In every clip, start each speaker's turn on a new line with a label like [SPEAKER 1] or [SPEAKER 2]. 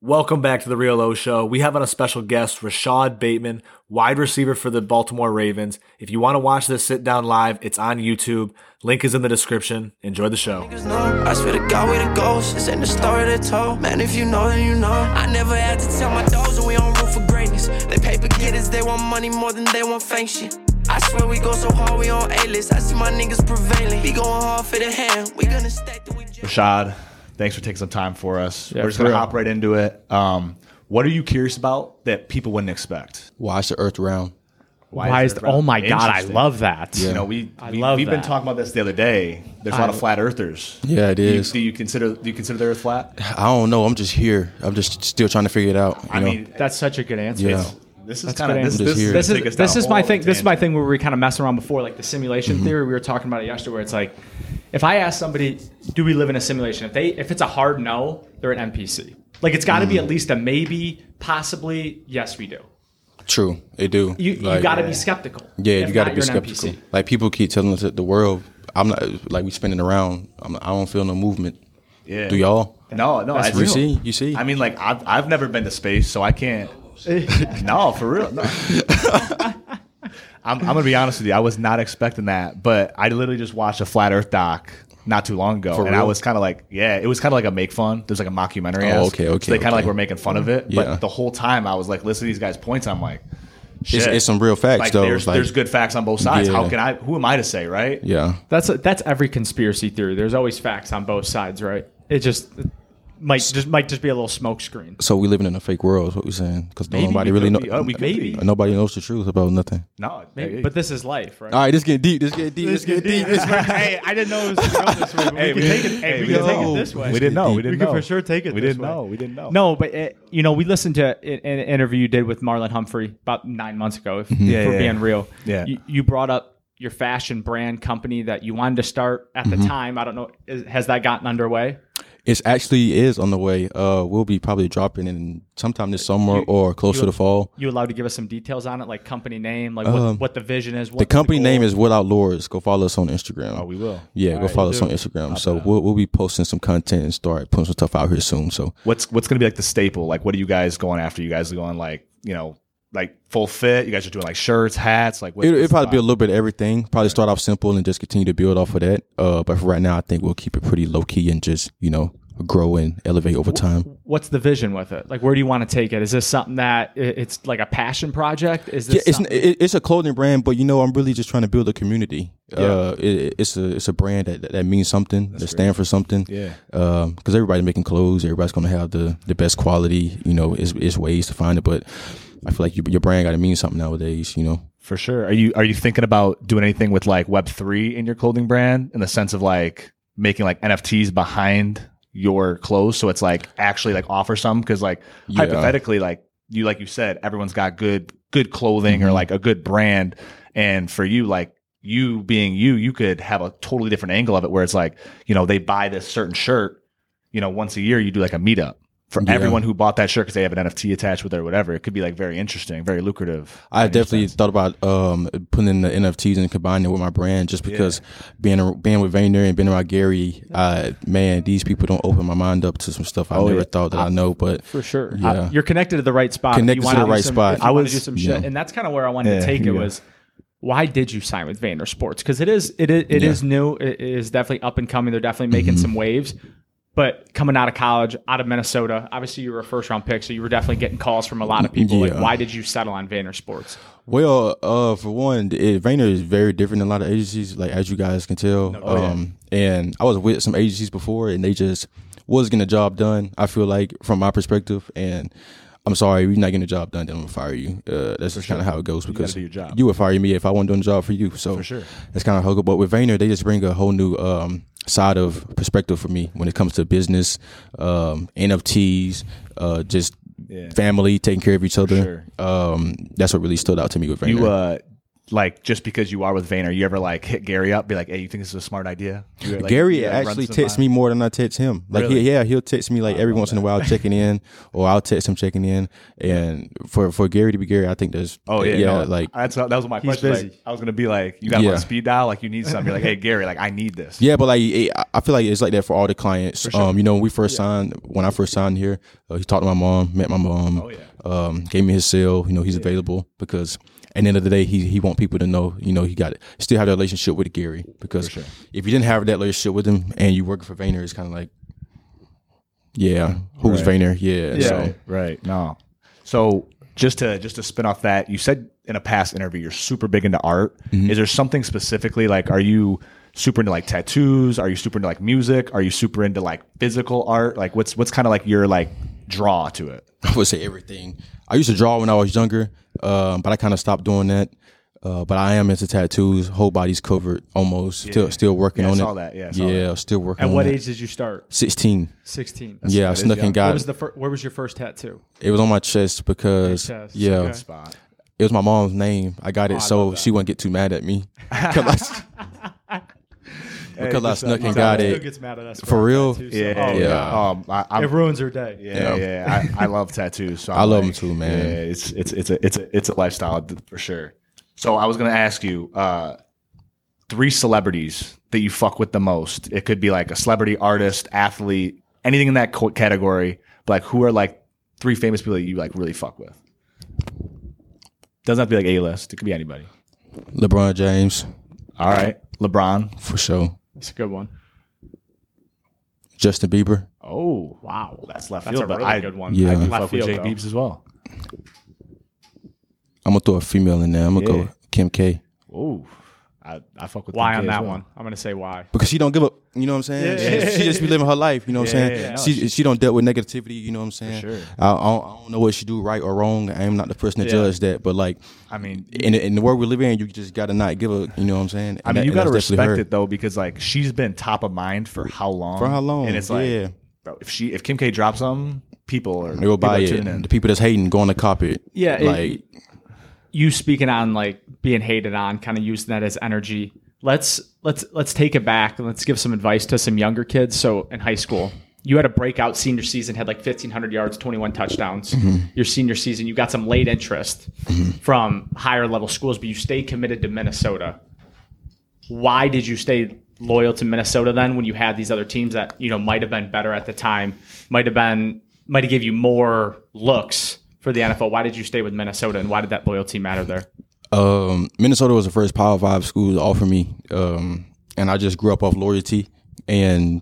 [SPEAKER 1] Welcome back to the Real O Show. We have on a special guest, Rashad Bateman, wide receiver for the Baltimore Ravens. If you want to watch this sit down live, it's on YouTube. Link is in the description. Enjoy the show.
[SPEAKER 2] Niggas know. I swear to God, we the ghosts. This ain't the story they told. Man, if you know, then you know. I never had to tell my dogs that we on route for greatness. They paper getters, they want money more than they want function. I swear we go so hard, we on A-list. I see my niggas prevailing. We going hard for the hand. We gonna stack the we just.
[SPEAKER 3] Rashad, thanks for taking some time for us.
[SPEAKER 4] Yeah,
[SPEAKER 3] We're just
[SPEAKER 4] for
[SPEAKER 3] going to
[SPEAKER 4] real.
[SPEAKER 3] hop right into it. Um, what are you curious about that people wouldn't expect?
[SPEAKER 5] Why is the earth round?
[SPEAKER 4] Why is
[SPEAKER 3] there-
[SPEAKER 4] oh my god, I
[SPEAKER 3] Interesting.
[SPEAKER 4] love that.
[SPEAKER 3] You know, we,
[SPEAKER 4] I
[SPEAKER 3] we
[SPEAKER 4] love
[SPEAKER 3] we've been
[SPEAKER 4] that.
[SPEAKER 3] talking about this the other day. There's a lot of flat earthers.
[SPEAKER 5] Yeah, it
[SPEAKER 3] Do you,
[SPEAKER 5] is.
[SPEAKER 3] do you consider do you consider the Earth flat?
[SPEAKER 5] I don't know. I'm just here. I'm just still trying to figure it out. You
[SPEAKER 3] I
[SPEAKER 5] know?
[SPEAKER 3] mean,
[SPEAKER 4] That's such a good answer.
[SPEAKER 5] Yeah.
[SPEAKER 3] this is
[SPEAKER 4] That's
[SPEAKER 3] kind of
[SPEAKER 4] good
[SPEAKER 3] this,
[SPEAKER 4] answer.
[SPEAKER 3] this,
[SPEAKER 5] Just here.
[SPEAKER 4] This
[SPEAKER 3] take us
[SPEAKER 4] is this
[SPEAKER 3] down
[SPEAKER 4] is my
[SPEAKER 3] all
[SPEAKER 4] thing.
[SPEAKER 3] the
[SPEAKER 4] This is my
[SPEAKER 3] tangents.
[SPEAKER 4] thing where we were kind of messing around before, like the simulation
[SPEAKER 5] Mm-hmm.
[SPEAKER 4] theory. We were talking about it yesterday, where it's like, if I ask somebody, "Do we live in a simulation?" If they if it's a hard no, they're an NPC. Like it's got to be
[SPEAKER 5] Mm.
[SPEAKER 4] at least a maybe, possibly yes, we do.
[SPEAKER 5] true. It do.
[SPEAKER 4] You you
[SPEAKER 5] Like,
[SPEAKER 4] got to be skeptical.
[SPEAKER 5] Yeah,
[SPEAKER 4] If
[SPEAKER 5] you got to
[SPEAKER 4] not,
[SPEAKER 5] be
[SPEAKER 4] you're an
[SPEAKER 5] skeptical.
[SPEAKER 4] NPC.
[SPEAKER 5] Like people keep telling us that the world, I'm not like we spinning around. I'm, I don't feel no movement.
[SPEAKER 3] Yeah.
[SPEAKER 5] Do y'all?
[SPEAKER 3] No, no, that's
[SPEAKER 5] You see? You see?
[SPEAKER 3] I mean, like I've I've never been to space, so I can't. no, for real. no. I'm, I'm gonna be honest with you. I was not expecting that, but I literally just watched a flat Earth doc not too long ago,
[SPEAKER 5] For
[SPEAKER 3] and I
[SPEAKER 5] real?
[SPEAKER 3] was kind of like, yeah, it was kind of like a make fun. There's like a mockumentary.
[SPEAKER 5] Oh,
[SPEAKER 3] ask.
[SPEAKER 5] okay, okay,
[SPEAKER 3] So they kind of like
[SPEAKER 5] okay.
[SPEAKER 3] were making fun of it,
[SPEAKER 5] Yeah.
[SPEAKER 3] but the whole time I was like, listen to these guys' points. I'm like,
[SPEAKER 5] It's-
[SPEAKER 3] shit.
[SPEAKER 5] it's some real facts,
[SPEAKER 3] Like,
[SPEAKER 5] though.
[SPEAKER 3] There's,
[SPEAKER 5] It's like-
[SPEAKER 3] there's good facts on both sides. How
[SPEAKER 5] Yeah.
[SPEAKER 3] can I? Who am I to say, right?
[SPEAKER 5] yeah.
[SPEAKER 4] That's that's every conspiracy theory. There's always facts on both sides, right? It just it might just might just be a little smokescreen.
[SPEAKER 5] So we living in a fake world. Is what we saying? Because
[SPEAKER 3] Maybe
[SPEAKER 5] nobody
[SPEAKER 3] we
[SPEAKER 5] really
[SPEAKER 3] could
[SPEAKER 5] know.
[SPEAKER 3] be- oh, we could
[SPEAKER 4] maybe.
[SPEAKER 3] be.
[SPEAKER 5] Nobody knows the truth about nothing.
[SPEAKER 3] No,
[SPEAKER 4] Maybe,
[SPEAKER 3] hey,
[SPEAKER 4] but this is life, right?
[SPEAKER 5] All right, this getting deep. This getting deep. This getting deep. This
[SPEAKER 4] hey, I didn't know it was going this way. but
[SPEAKER 3] Hey, we
[SPEAKER 4] could-
[SPEAKER 3] take it. Hey, we
[SPEAKER 4] could
[SPEAKER 3] can take it
[SPEAKER 5] this
[SPEAKER 3] way. Oh. We didn't know. We didn't
[SPEAKER 4] could
[SPEAKER 3] know.
[SPEAKER 4] for sure take it.
[SPEAKER 3] We
[SPEAKER 4] this
[SPEAKER 3] didn't
[SPEAKER 4] way.
[SPEAKER 3] know. We didn't know.
[SPEAKER 4] No, but it, you know, we listened to an, an interview you did with Marlon Humphrey about nine months ago. If, if we're
[SPEAKER 3] Mm-hmm. yeah.
[SPEAKER 4] being real,
[SPEAKER 3] Yeah.
[SPEAKER 4] You, you brought up your fashion brand company that you wanted to start at
[SPEAKER 3] Mm-hmm.
[SPEAKER 4] the time. I don't know. Is, has that gotten underway?
[SPEAKER 5] It's actually is on the way. Uh, we'll be probably dropping in sometime this summer or close to the fall.
[SPEAKER 4] You allowed to give us some details on it, like company name, like what,
[SPEAKER 3] Um,
[SPEAKER 4] what the vision is. What
[SPEAKER 5] The company name is Without Lords. Go follow us on Instagram.
[SPEAKER 3] Oh, we will.
[SPEAKER 5] Yeah, go follow us on Instagram. So we'll, we'll be posting some content and start putting some stuff out here soon. So
[SPEAKER 3] what's what's gonna be like the staple? Like, what are you guys going after? You guys are going like you know like full fit. You guys are doing like shirts, hats. Like, what,
[SPEAKER 5] it, it'll probably be a little bit of everything. Probably start off simple and just continue to build off of that. Uh, but for right now, I think we'll keep it pretty low key and just you know grow and elevate over time.
[SPEAKER 4] What's the vision with it? Like, where do you want to take it? Is this something that i- it's like a passion project? Is this
[SPEAKER 5] Yeah, it's
[SPEAKER 4] something-
[SPEAKER 5] it, it's a clothing brand, but you know I'm really just trying to build a community. Uh, it, it's a it's a brand that, that means something, that stands for something.
[SPEAKER 3] Yeah.
[SPEAKER 5] because everybody's making clothes, everybody's gonna have the the best quality. You know, it's, it's ways to find it, but I feel like you, your brand got to mean something nowadays. You know.
[SPEAKER 3] for sure. Are you are you thinking about doing anything with like Web three in your clothing brand in the sense of like making like NFTs behind your clothes, so it's like actually like offer some because like
[SPEAKER 5] Yeah.
[SPEAKER 3] hypothetically like you like you said everyone's got good good clothing
[SPEAKER 5] Mm-hmm.
[SPEAKER 3] or like a good brand and for you like you being you you could have a totally different angle of it where it's like you know they buy this certain shirt you know once a year you do like a meetup for
[SPEAKER 5] Yeah.
[SPEAKER 3] everyone who bought that shirt because they have an nft attached with it or whatever it could be like very interesting very lucrative
[SPEAKER 5] I definitely thought about um, putting in the NFTs and combining it with my brand, just because being a, being with Vayner and being around Gary, uh, man, these people don't open my mind up to some stuff I never
[SPEAKER 3] yeah.
[SPEAKER 5] thought that I, know. But
[SPEAKER 4] for sure.
[SPEAKER 5] Yeah.
[SPEAKER 4] Uh, you're connected to the right spot.
[SPEAKER 5] Connected
[SPEAKER 4] You wanna
[SPEAKER 5] to the
[SPEAKER 4] do
[SPEAKER 5] right
[SPEAKER 4] some-
[SPEAKER 5] spot.
[SPEAKER 4] if you
[SPEAKER 5] I
[SPEAKER 4] wanna
[SPEAKER 3] was-
[SPEAKER 4] do some
[SPEAKER 5] Yeah.
[SPEAKER 4] shit, and that's kind of where I wanted
[SPEAKER 3] Yeah,
[SPEAKER 4] to take it
[SPEAKER 3] yeah.
[SPEAKER 4] was. Why did you sign with Vayner Sports? Because it is it is it is
[SPEAKER 5] Yeah. Mm-hmm.
[SPEAKER 4] new. It is definitely up and coming. They're definitely making some waves. But coming out of college, out of Minnesota, obviously you were a first round pick, so you were definitely getting calls from a lot of people.
[SPEAKER 5] Yeah.
[SPEAKER 4] Like, why did you settle on Vayner Sports?
[SPEAKER 5] well, uh, for one, it, Vayner is very different than a lot of agencies, like as you guys can tell. um, And I was with some agencies before, and they just was getting the job done. I feel like from my perspective, and I'm sorry, if you're not getting the job done, then I'm gonna fire you. Uh, that's just kind of how it goes because
[SPEAKER 3] do your job.
[SPEAKER 5] you would fire me if I wasn't doing the job for you. So for
[SPEAKER 3] sure.
[SPEAKER 5] that's kind of how. it go. But with Vayner, they just bring a whole new um, side of perspective for me when it comes to business, um, NFTs, uh, just family taking care of each other. Um, that's what really stood out to me with Vayner.
[SPEAKER 3] you uh like just because you are with Vayner, you ever like hit Gary up, be like, "Hey, you think this is a smart idea?" You were like-
[SPEAKER 5] Gary
[SPEAKER 3] you, like, run
[SPEAKER 5] actually
[SPEAKER 3] some
[SPEAKER 5] texts
[SPEAKER 3] by-
[SPEAKER 5] me more than I text him. Like,
[SPEAKER 3] Really?
[SPEAKER 5] he, yeah, he'll text me like every once in a while checking in, or I'll text him checking in. And for for Gary to be Gary, I think there's
[SPEAKER 3] Oh yeah,
[SPEAKER 5] yeah,
[SPEAKER 3] no,
[SPEAKER 5] like
[SPEAKER 3] that's that was my question.
[SPEAKER 4] busy.
[SPEAKER 3] Like, I was gonna be like, "You got him
[SPEAKER 5] Yeah.
[SPEAKER 3] on speed dial, like you need something." You're like, "Hey, Gary, like I need this."
[SPEAKER 5] Yeah, but like it, I- I feel like it's like that for all the clients. Um, you know, when we first signed, when I first signed here, uh, he talked to my mom, met my mom,
[SPEAKER 3] yeah.
[SPEAKER 5] um, gave me his cell. You know, he's available because at the end of the day, he he want people to know. You know, he got still have that relationship with Gary because if you didn't have that relationship with him and you working for Vayner, it's kind of like, yeah, who's Vayner? Yeah, so
[SPEAKER 3] Right, right. No. So just to just to spin off that, you said in a past interview you're super big into art.
[SPEAKER 5] Mm-hmm.
[SPEAKER 3] Is there something specifically like are you super into like tattoos? Are you super into like music? Are you super into like physical art? Like what's what's kind of like your like draw to it?
[SPEAKER 5] I would say everything. I used to draw when I was younger, um, but I kind of stopped doing that. Uh, but I am into tattoos. Whole body's covered almost. Still, still working
[SPEAKER 3] Yeah, I
[SPEAKER 5] on
[SPEAKER 3] saw
[SPEAKER 5] it.
[SPEAKER 3] that. Yeah, I saw
[SPEAKER 5] yeah, still working.
[SPEAKER 4] At
[SPEAKER 5] on
[SPEAKER 4] what
[SPEAKER 5] it.
[SPEAKER 4] age did you start?
[SPEAKER 5] Sixteen.
[SPEAKER 4] 16.
[SPEAKER 5] yeah, I snuck and
[SPEAKER 4] What
[SPEAKER 5] got
[SPEAKER 4] was
[SPEAKER 5] it.
[SPEAKER 4] the fir- where was your first tattoo?
[SPEAKER 5] It was on my chest because
[SPEAKER 4] Your chest,
[SPEAKER 5] yeah,
[SPEAKER 4] okay.
[SPEAKER 3] Spot.
[SPEAKER 5] it was my mom's name. I got it so she wouldn't get too mad at me 'Cause I- because uh, I snuck and got
[SPEAKER 4] Still
[SPEAKER 5] it.
[SPEAKER 4] gets mad at us
[SPEAKER 5] For
[SPEAKER 4] our
[SPEAKER 5] real?
[SPEAKER 4] tattoos, so-
[SPEAKER 3] Yeah,
[SPEAKER 4] Oh,
[SPEAKER 3] yeah.
[SPEAKER 5] yeah.
[SPEAKER 3] Um, I, I'm,
[SPEAKER 4] It ruins her day.
[SPEAKER 3] yeah, yeah. I, I love tattoos. So
[SPEAKER 5] I
[SPEAKER 3] I'm
[SPEAKER 5] love
[SPEAKER 3] like,
[SPEAKER 5] them too, man.
[SPEAKER 3] Yeah, it's it's it's a it's a it's a lifestyle th- for sure. So I was gonna ask you uh, three celebrities that you fuck with the most. It could be like a celebrity, artist, athlete, anything in that co- category. But like, who are like three famous people that you like really fuck with? Doesn't have to be like a list. It could be anybody.
[SPEAKER 5] LeBron James
[SPEAKER 3] All right, LeBron.
[SPEAKER 5] for sure.
[SPEAKER 4] That's a good one.
[SPEAKER 5] Justin Bieber.
[SPEAKER 3] Oh,
[SPEAKER 4] Wow.
[SPEAKER 3] that's left
[SPEAKER 4] That's
[SPEAKER 3] field.
[SPEAKER 4] a really
[SPEAKER 3] but I,
[SPEAKER 4] good one.
[SPEAKER 5] Yeah.
[SPEAKER 3] I do
[SPEAKER 4] Left
[SPEAKER 3] fuck with
[SPEAKER 4] field,
[SPEAKER 3] Jay
[SPEAKER 4] though.
[SPEAKER 3] Beebs as well.
[SPEAKER 5] I'm gonna throw a female in there. I'm gonna
[SPEAKER 3] Yeah.
[SPEAKER 5] go Kim K
[SPEAKER 3] Oh, I, I fuck with
[SPEAKER 4] Why
[SPEAKER 3] Kim
[SPEAKER 4] on
[SPEAKER 3] K as
[SPEAKER 4] that
[SPEAKER 3] well.
[SPEAKER 4] one? I'm going to say why.
[SPEAKER 5] because she don't give up. You know what I'm saying?
[SPEAKER 4] Yeah.
[SPEAKER 5] She, she just be living her life. You know what I'm
[SPEAKER 3] Yeah,
[SPEAKER 5] saying?
[SPEAKER 3] yeah, yeah.
[SPEAKER 5] She she don't deal with negativity. You know what I'm saying?
[SPEAKER 3] sure.
[SPEAKER 5] I, I, don't, I don't know what she do right or wrong. I am not the person to judge that, but like
[SPEAKER 3] I mean,
[SPEAKER 5] in the, in the world we live in, you just gotta not give up. You know what I'm saying?
[SPEAKER 3] I mean, you gotta respect it though, because like she's been top of mind for how long?
[SPEAKER 5] For how long?
[SPEAKER 3] And it's like,
[SPEAKER 5] Yeah.
[SPEAKER 3] bro, if she if Kim K drops something, people are
[SPEAKER 5] They go buy
[SPEAKER 3] people
[SPEAKER 5] it.
[SPEAKER 3] are tuning in.
[SPEAKER 5] The people that's hating going to cop it.
[SPEAKER 4] Yeah, it-
[SPEAKER 5] like
[SPEAKER 4] you speaking on like being hated on, kind of using that as energy. Let's let's let's take it back and let's give some advice to some younger kids. So in high school, you had a breakout senior season, had like 1500 yards, 21 touchdowns. Your senior season, you got some late interest from higher level schools, but you stayed committed to Minnesota. Why did you stay loyal to Minnesota then when you had these other teams that, you know, might have been better at the time, might have been might have give you more looks for the NFL. Why did you stay with Minnesota and why did that loyalty matter there?
[SPEAKER 5] um, Minnesota was the first Power Five school to offer me, um, and I just grew up off loyalty, and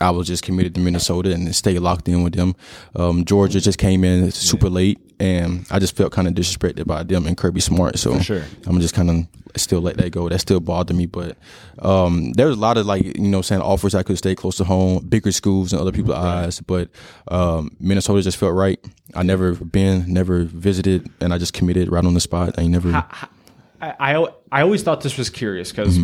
[SPEAKER 5] I was just committed to Minnesota and stay locked in with them. Um, Georgia just came in super late, and I just felt kind of disrespected by them and Kirby Smart. So
[SPEAKER 3] sure.
[SPEAKER 5] I'm just kind of still let that go. That still bothered me, but um, there was a lot of like you know what I'm saying offers I could stay close to home, bigger schools and other people's eyes, but um, Minnesota just felt right. I never been, never visited, and I just committed right on the spot. I ain't never.
[SPEAKER 4] I, I, I always thought this was curious because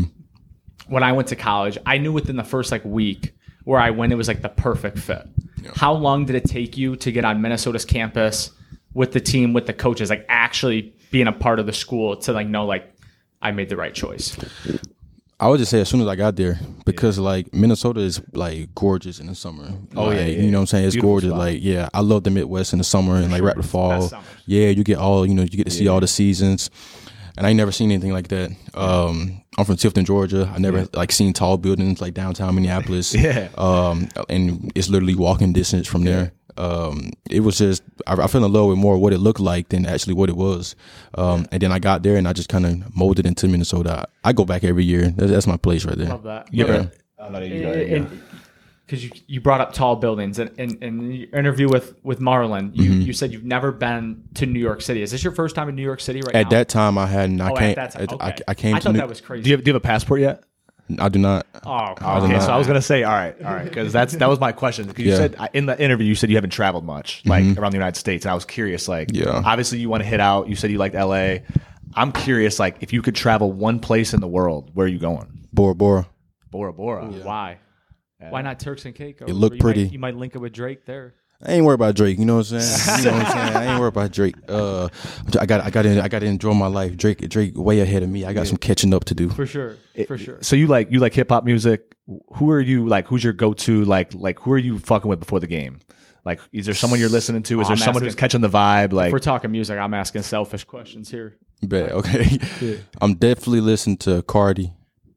[SPEAKER 4] when I went to college, I knew within the first like week where I went, it was like the perfect fit. How long did it take you to get on Minnesota's campus with the team, with the coaches, like actually being a part of the school to like know like I made the right choice?
[SPEAKER 5] I would just say as soon as I got there because like Minnesota is like gorgeous in the summer. Oh
[SPEAKER 3] yeah, yeah,
[SPEAKER 5] you know what I'm saying? It's
[SPEAKER 3] Beautiful
[SPEAKER 5] gorgeous.
[SPEAKER 3] spot.
[SPEAKER 5] Like yeah, I love the Midwest in the summer and like right the fall.
[SPEAKER 4] summers.
[SPEAKER 5] Yeah, you get all you know. You get to see all the seasons, and I ain't never seen anything like that. Um, I'm from Tifton, Georgia. I never like seen tall buildings like downtown Minneapolis.
[SPEAKER 3] Yeah.
[SPEAKER 5] Um, and it's literally walking distance from there. Um, it was just I, I fell in love with more what it looked like than actually what it was. Um, and then I got there and I just kind of molded into Minnesota. I, I go back every year. That's, that's my place right there.
[SPEAKER 4] Love that.
[SPEAKER 3] You ever-
[SPEAKER 5] Yeah.
[SPEAKER 3] I'm not even-
[SPEAKER 4] because you, you brought up tall buildings and in, in your interview with with Marlon, you,
[SPEAKER 5] Mm-hmm.
[SPEAKER 4] you said you've never been to New York City. Is this your first time in New York City right now?
[SPEAKER 5] At that time, I hadn't. I
[SPEAKER 4] oh,
[SPEAKER 5] can't.
[SPEAKER 4] at that time.
[SPEAKER 5] I,
[SPEAKER 4] Okay.
[SPEAKER 5] I came
[SPEAKER 4] I
[SPEAKER 5] to
[SPEAKER 4] thought
[SPEAKER 5] New,
[SPEAKER 4] that was crazy.
[SPEAKER 3] Do you have do you have a passport yet?
[SPEAKER 5] I do not.
[SPEAKER 4] oh, come on.
[SPEAKER 3] Okay, so I was gonna say, all right, all right, because that's that was my question. 'Cause you
[SPEAKER 5] Yeah. Mm-hmm.
[SPEAKER 3] said I- in the interview, you said you haven't traveled much, like around the United States, and I was curious, like,
[SPEAKER 5] Yeah.
[SPEAKER 3] obviously you want to hit out. You said you liked L.A. I'm curious, like, if you could travel one place in the world, where are you going?
[SPEAKER 5] Bora Bora.
[SPEAKER 3] Bora Bora.
[SPEAKER 4] Why? Why not Turks and Caicos?
[SPEAKER 5] It looked
[SPEAKER 4] Or you might-
[SPEAKER 5] pretty.
[SPEAKER 4] you might link it with Drake there.
[SPEAKER 5] I ain't worried about Drake. You know what I'm saying? You know what I'm saying? I ain't worried about Drake. Uh, I got I got to I got to enjoy my life. Drake Drake way ahead of me. I got some catching up to do.
[SPEAKER 4] for sure, for sure.
[SPEAKER 3] So you like you like hip hop music. Who are you like? Who's your go to? Like like who are you fucking with before the game? Like is there someone you're listening to? Is
[SPEAKER 4] Oh,
[SPEAKER 3] there
[SPEAKER 4] I'm
[SPEAKER 3] someone
[SPEAKER 4] asking-
[SPEAKER 3] who's catching the vibe? Like
[SPEAKER 4] We're talking music. I'm asking selfish questions here.
[SPEAKER 5] Bet okay. I'm definitely listening to Cardi,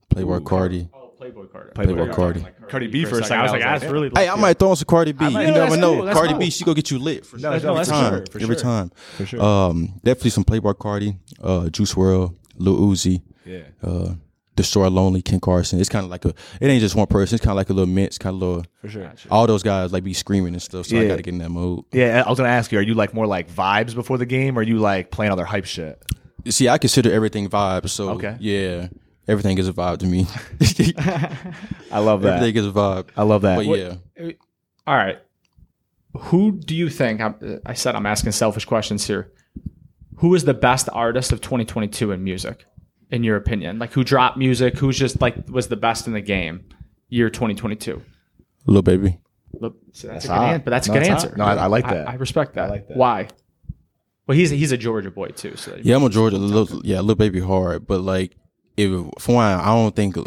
[SPEAKER 5] Playboy Cardi.
[SPEAKER 4] Oh, Playboy Carter.
[SPEAKER 3] Playboy
[SPEAKER 5] Cardi.
[SPEAKER 3] Cardi B for a
[SPEAKER 4] I
[SPEAKER 3] second.
[SPEAKER 4] was like, that's
[SPEAKER 3] yeah.
[SPEAKER 4] really.
[SPEAKER 5] Hey, I might throw on some Cardi B.
[SPEAKER 4] might-
[SPEAKER 5] you
[SPEAKER 4] No,
[SPEAKER 5] never
[SPEAKER 4] that's
[SPEAKER 5] know.
[SPEAKER 4] cool, that's
[SPEAKER 5] Cardi
[SPEAKER 4] cool.
[SPEAKER 5] B, she gonna get you lit for sure.
[SPEAKER 3] that's- no,
[SPEAKER 5] every
[SPEAKER 3] that's for
[SPEAKER 5] time.
[SPEAKER 3] sure, for
[SPEAKER 5] every
[SPEAKER 3] sure.
[SPEAKER 5] time. For sure. Um, definitely some Playboy Cardi, uh, Juice World, Lil Uzi.
[SPEAKER 3] Yeah.
[SPEAKER 5] Uh, Destroy Lonely, Ken Carson. It's kind of like a. It ain't just one person. It's kind of like a little mix. Kind of little. For
[SPEAKER 3] sure.
[SPEAKER 5] All those guys like be screaming and stuff. So I
[SPEAKER 3] Yeah.
[SPEAKER 5] got to get in that mode.
[SPEAKER 3] Yeah, I was gonna ask you, are you like more like vibes before the game or are you like playing other hype shit?
[SPEAKER 5] See, I consider everything vibe. So
[SPEAKER 3] Okay.
[SPEAKER 5] yeah, everything is a vibe to me.
[SPEAKER 3] I love that.
[SPEAKER 5] everything is a vibe.
[SPEAKER 3] I love that.
[SPEAKER 5] But
[SPEAKER 3] What-
[SPEAKER 5] yeah,
[SPEAKER 4] All right. Who do you think? I'm, I said I'm asking selfish questions here. Who is the best artist of 2022 in music, in your opinion? Like who dropped music? Who's just like was the best in the game year 2022?
[SPEAKER 5] little baby.
[SPEAKER 4] Look, so that's, a good
[SPEAKER 3] hot.
[SPEAKER 4] answer. But that's
[SPEAKER 3] No,
[SPEAKER 4] a good
[SPEAKER 3] it's hot.
[SPEAKER 4] answer.
[SPEAKER 3] No, I- I like that.
[SPEAKER 4] I, respect that.
[SPEAKER 3] like that.
[SPEAKER 4] Why? Well, he's he's a Georgia boy too. So
[SPEAKER 5] Yeah, I'm a Georgia. Little, yeah, little baby hard, but like, if for one, I don't think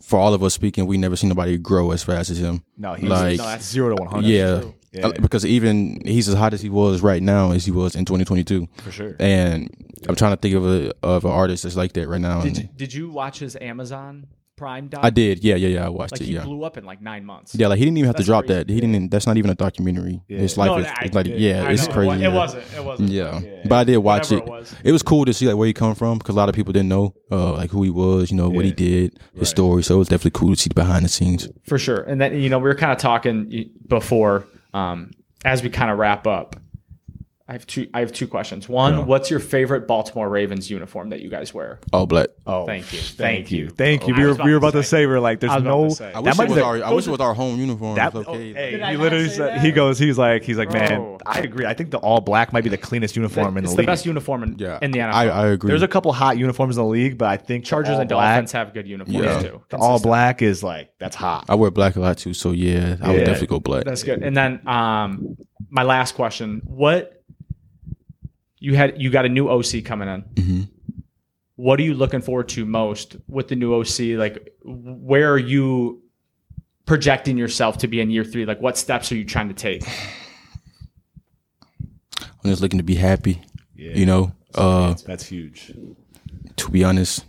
[SPEAKER 5] for all of us speaking, we never seen nobody grow as fast as him.
[SPEAKER 3] No, he's
[SPEAKER 5] Like-
[SPEAKER 3] no, that's zero to
[SPEAKER 4] Oh,
[SPEAKER 3] one hundred.
[SPEAKER 5] yeah, Uh, because even he's as hot as he was right now as he was in 2022. For
[SPEAKER 3] sure.
[SPEAKER 5] And I'm trying to think of a of an artist that's like that right now.
[SPEAKER 4] Did
[SPEAKER 5] and
[SPEAKER 4] you, did you watch his Amazon Prime doc?
[SPEAKER 5] I did. Yeah, yeah, yeah. I watched
[SPEAKER 4] Like
[SPEAKER 5] it.
[SPEAKER 4] he
[SPEAKER 5] Yeah.
[SPEAKER 4] blew up in like nine months.
[SPEAKER 5] yeah, like he didn't even have to
[SPEAKER 4] That's
[SPEAKER 5] drop
[SPEAKER 4] crazy.
[SPEAKER 5] that. He didn't. That's not even a documentary. His life
[SPEAKER 4] No,
[SPEAKER 5] is
[SPEAKER 4] I-
[SPEAKER 5] it's like, yeah,
[SPEAKER 4] I
[SPEAKER 5] it's
[SPEAKER 4] know.
[SPEAKER 5] crazy.
[SPEAKER 4] It,
[SPEAKER 5] yeah.
[SPEAKER 4] wasn't. It wasn't.
[SPEAKER 5] Yeah. but I did watch it.
[SPEAKER 4] Whatever
[SPEAKER 5] It
[SPEAKER 4] it
[SPEAKER 5] was.
[SPEAKER 4] was.
[SPEAKER 5] cool to see like where he come from because a lot of people didn't know uh, like who he was, you know, what he did, his story. So it was definitely cool to see the behind the scenes.
[SPEAKER 4] for sure. And then you know we were kind of talking y- before um, as we kind of wrap up. I have two. I have two questions. One, what's your favorite Baltimore Ravens uniform that you guys wear?
[SPEAKER 5] All black.
[SPEAKER 3] Oh,
[SPEAKER 4] Thank you.
[SPEAKER 3] Thank
[SPEAKER 4] Thank
[SPEAKER 3] you.
[SPEAKER 4] you.
[SPEAKER 3] Thank you.
[SPEAKER 4] I
[SPEAKER 3] We were,
[SPEAKER 4] was
[SPEAKER 3] we were about to say, we are like,
[SPEAKER 4] I was
[SPEAKER 3] there's no.
[SPEAKER 4] about to say. I
[SPEAKER 5] I wish,
[SPEAKER 3] might
[SPEAKER 5] it
[SPEAKER 3] be
[SPEAKER 5] was
[SPEAKER 3] the-
[SPEAKER 5] our, I wish it was our home uniform.
[SPEAKER 3] That,
[SPEAKER 5] It's okay.
[SPEAKER 3] oh, hey,
[SPEAKER 4] Did I
[SPEAKER 3] he
[SPEAKER 4] not
[SPEAKER 3] literally
[SPEAKER 4] say
[SPEAKER 3] said,
[SPEAKER 4] that?
[SPEAKER 3] he goes, he's like, he's like, man,
[SPEAKER 4] Bro.
[SPEAKER 3] I agree. I think the all black might be the cleanest uniform in the
[SPEAKER 4] it's the,
[SPEAKER 3] league.
[SPEAKER 4] best uniform in,
[SPEAKER 5] yeah,
[SPEAKER 4] in the NFL.
[SPEAKER 5] I, I agree.
[SPEAKER 3] There's a couple hot uniforms in the league, but I think
[SPEAKER 4] Chargers
[SPEAKER 3] all
[SPEAKER 4] and
[SPEAKER 3] black-
[SPEAKER 4] Dolphins have good uniforms
[SPEAKER 5] Yeah.
[SPEAKER 4] too.
[SPEAKER 3] The all black is like that's hot.
[SPEAKER 5] I wear black a lot too, so yeah, I would
[SPEAKER 3] Yeah.
[SPEAKER 5] definitely go black.
[SPEAKER 4] That's good. And then um, my last question: What you had? You got a new OC coming in. What are you looking forward to most with the new OC? Like, where are you projecting yourself to be in year three? Like, what steps are you trying to take?
[SPEAKER 5] I'm just looking to be happy, you know. Uh,
[SPEAKER 3] That's huge.
[SPEAKER 5] to be honest,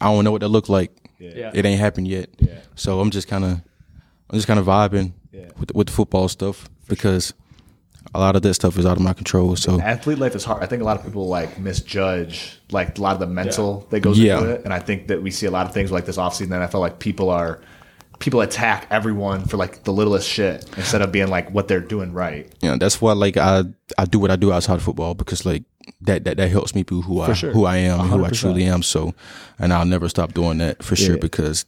[SPEAKER 5] I don't know what that look like.
[SPEAKER 4] Yeah.
[SPEAKER 5] It ain't happened yet. So I'm just kind of, I'm just kind of vibing with with the football stuff because a lot of that stuff is out of my control. So
[SPEAKER 3] Athlete life is hard. I think a lot of people like misjudge like a lot of the mental that goes
[SPEAKER 5] Yeah.
[SPEAKER 3] into it, and I think that we see a lot of things like this offseason. And I feel like people are people attack everyone for like the littlest shit instead of being like what they're doing right.
[SPEAKER 5] you know that's why like I I do what I do outside of football because like that that, that helps me be who I who I am and who I truly am. So and I'll never stop doing that for sure because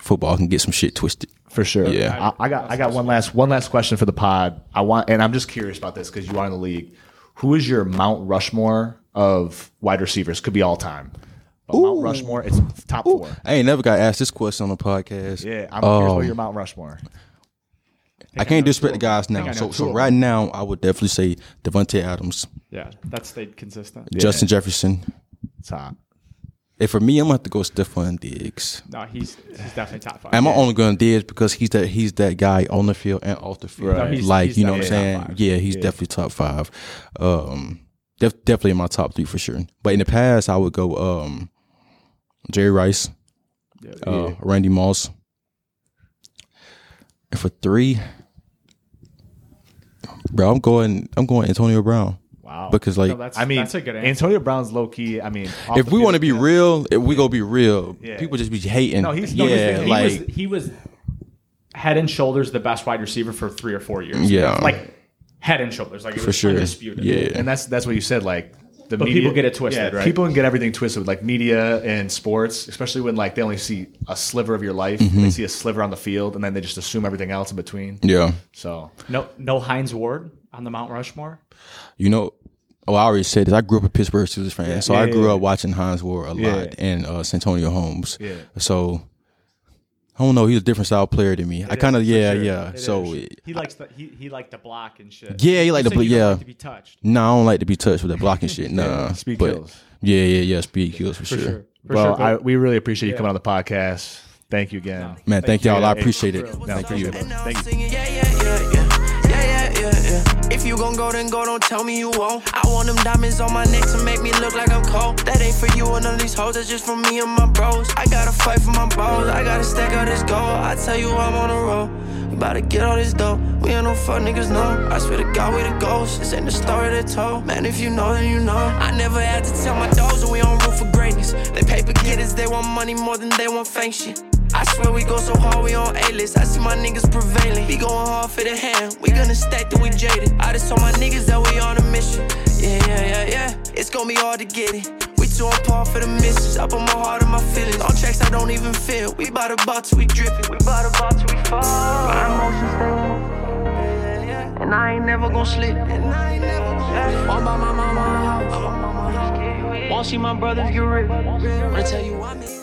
[SPEAKER 5] football can get some shit twisted.
[SPEAKER 3] For sure.
[SPEAKER 5] Yeah.
[SPEAKER 3] I, I got I got one last one last question for the pod. I want and I'm just curious about this because you are in the league. Who is your Mount Rushmore of wide receivers? Could be all time. But Mount Rushmore, it's top four.
[SPEAKER 5] I ain't never got asked this question on the podcast.
[SPEAKER 3] Yeah, I'm curious
[SPEAKER 5] Um,
[SPEAKER 3] what your Mount Rushmore.
[SPEAKER 5] I can't disrespect the guys now.
[SPEAKER 4] know
[SPEAKER 5] So
[SPEAKER 4] two
[SPEAKER 5] so
[SPEAKER 4] of
[SPEAKER 5] right now I would definitely say Devontae Adams,
[SPEAKER 4] Yeah, that stayed consistent.
[SPEAKER 5] Justin Jefferson.
[SPEAKER 3] Top.
[SPEAKER 5] And for me, I'm gonna have to go Stephon Diggs.
[SPEAKER 4] No, he's he's definitely top five.
[SPEAKER 5] And I'm only going Diggs because he's that he's that guy on the field and off the field.
[SPEAKER 4] No, he's-
[SPEAKER 5] like
[SPEAKER 4] he's
[SPEAKER 5] you know what I'm
[SPEAKER 4] definitely
[SPEAKER 5] saying?
[SPEAKER 4] top five.
[SPEAKER 5] Yeah, he's definitely top five. Um, def- definitely in my top three for sure. But in the past, I would go um, Jerry Rice, uh, Randy Moss. And for three, bro, I'm going. I'm going Antonio Brown.
[SPEAKER 3] Wow.
[SPEAKER 5] Because like,
[SPEAKER 4] No, that's
[SPEAKER 3] I mean,
[SPEAKER 4] that's a good answer.
[SPEAKER 3] Antonio Brown's low key. I mean, off
[SPEAKER 5] if we
[SPEAKER 3] the field-
[SPEAKER 5] want to be real, if we go be real,
[SPEAKER 3] Yeah.
[SPEAKER 5] people just be hating.
[SPEAKER 3] No, he's- no, he's-
[SPEAKER 5] yeah,
[SPEAKER 4] he
[SPEAKER 5] like
[SPEAKER 4] was he was head and shoulders the best wide receiver for three or four years.
[SPEAKER 5] Yeah.
[SPEAKER 4] like head and shoulders, like it
[SPEAKER 5] for
[SPEAKER 4] was
[SPEAKER 5] sure.
[SPEAKER 4] undisputed.
[SPEAKER 5] Yeah.
[SPEAKER 3] and that's that's what you said. Like the
[SPEAKER 4] But
[SPEAKER 3] media,
[SPEAKER 4] people get it twisted, right?
[SPEAKER 3] People can get everything twisted, like media and sports, especially when like they only see a sliver of your life.
[SPEAKER 5] Mm-hmm.
[SPEAKER 3] They see a sliver on the field, and then they just assume everything else in between.
[SPEAKER 5] yeah.
[SPEAKER 3] So
[SPEAKER 4] No, no Heinz Ward on the Mount Rushmore.
[SPEAKER 5] You know, oh, I already said this. I grew up a Pittsburgh Steelers fan, so I grew up watching Hans Ward a lot and uh, Santonio Holmes. So I don't know. He's a different style player than me. I kind of
[SPEAKER 4] For
[SPEAKER 5] yeah
[SPEAKER 4] sure.
[SPEAKER 5] yeah.
[SPEAKER 4] It
[SPEAKER 5] so
[SPEAKER 4] is.
[SPEAKER 5] it-
[SPEAKER 4] he likes the he, he liked to block and shit.
[SPEAKER 5] Yeah, he
[SPEAKER 4] You
[SPEAKER 5] liked to
[SPEAKER 4] said
[SPEAKER 5] bl-
[SPEAKER 4] you don't
[SPEAKER 5] yeah.
[SPEAKER 4] like to be touched.
[SPEAKER 5] no, I don't like to be touched with that blocking shit. Nah,
[SPEAKER 3] speed
[SPEAKER 5] but-
[SPEAKER 3] kills.
[SPEAKER 5] Yeah yeah yeah. Speed kills for, sure.
[SPEAKER 4] For
[SPEAKER 3] well,
[SPEAKER 4] sure, but-
[SPEAKER 3] I, we really appreciate you coming on the podcast. Thank you again.
[SPEAKER 5] Man, thank, y'all. I appreciate it.
[SPEAKER 3] No,
[SPEAKER 5] Thank
[SPEAKER 3] for
[SPEAKER 5] you.
[SPEAKER 3] sure.
[SPEAKER 2] And now
[SPEAKER 3] Thank
[SPEAKER 2] I'm
[SPEAKER 3] you.
[SPEAKER 2] singing, yeah, yeah, yeah, yeah. Yeah, yeah, yeah, yeah. If you gon' go, then go, don't tell me you won't. I want them diamonds on my neck to make me look like I'm cold. That ain't for you and all these hoes, that's just for me and my bros. I gotta fight for my bones, I gotta stack out this gold. I tell you I'm on a roll. We about to get all this dope. We ain't no fuck niggas, no. I swear to God, we the ghosts. This ain't the story they told. Man, if you know, then you know. I never had to tell my dogs, and we on root for greatness. They paper getters, they want money more than they want function. I swear we go so hard, we on A-list. I see my niggas prevailing. We going hard for the hand. We gonna stack till we jaded. I just told my niggas that we on a mission. Yeah, yeah, yeah, yeah. It's gonna be hard to get it. We too on par for the misses. I put my heart and my feelings. On tracks I don't even feel. We bout to box, we dripping. We bout to box, we fall. My emotions stay on. Yeah. And I ain't never gonna slip. And I ain't never gonna slip. All by my mama house. Won't see my brothers get ripped. I tell you I'm in.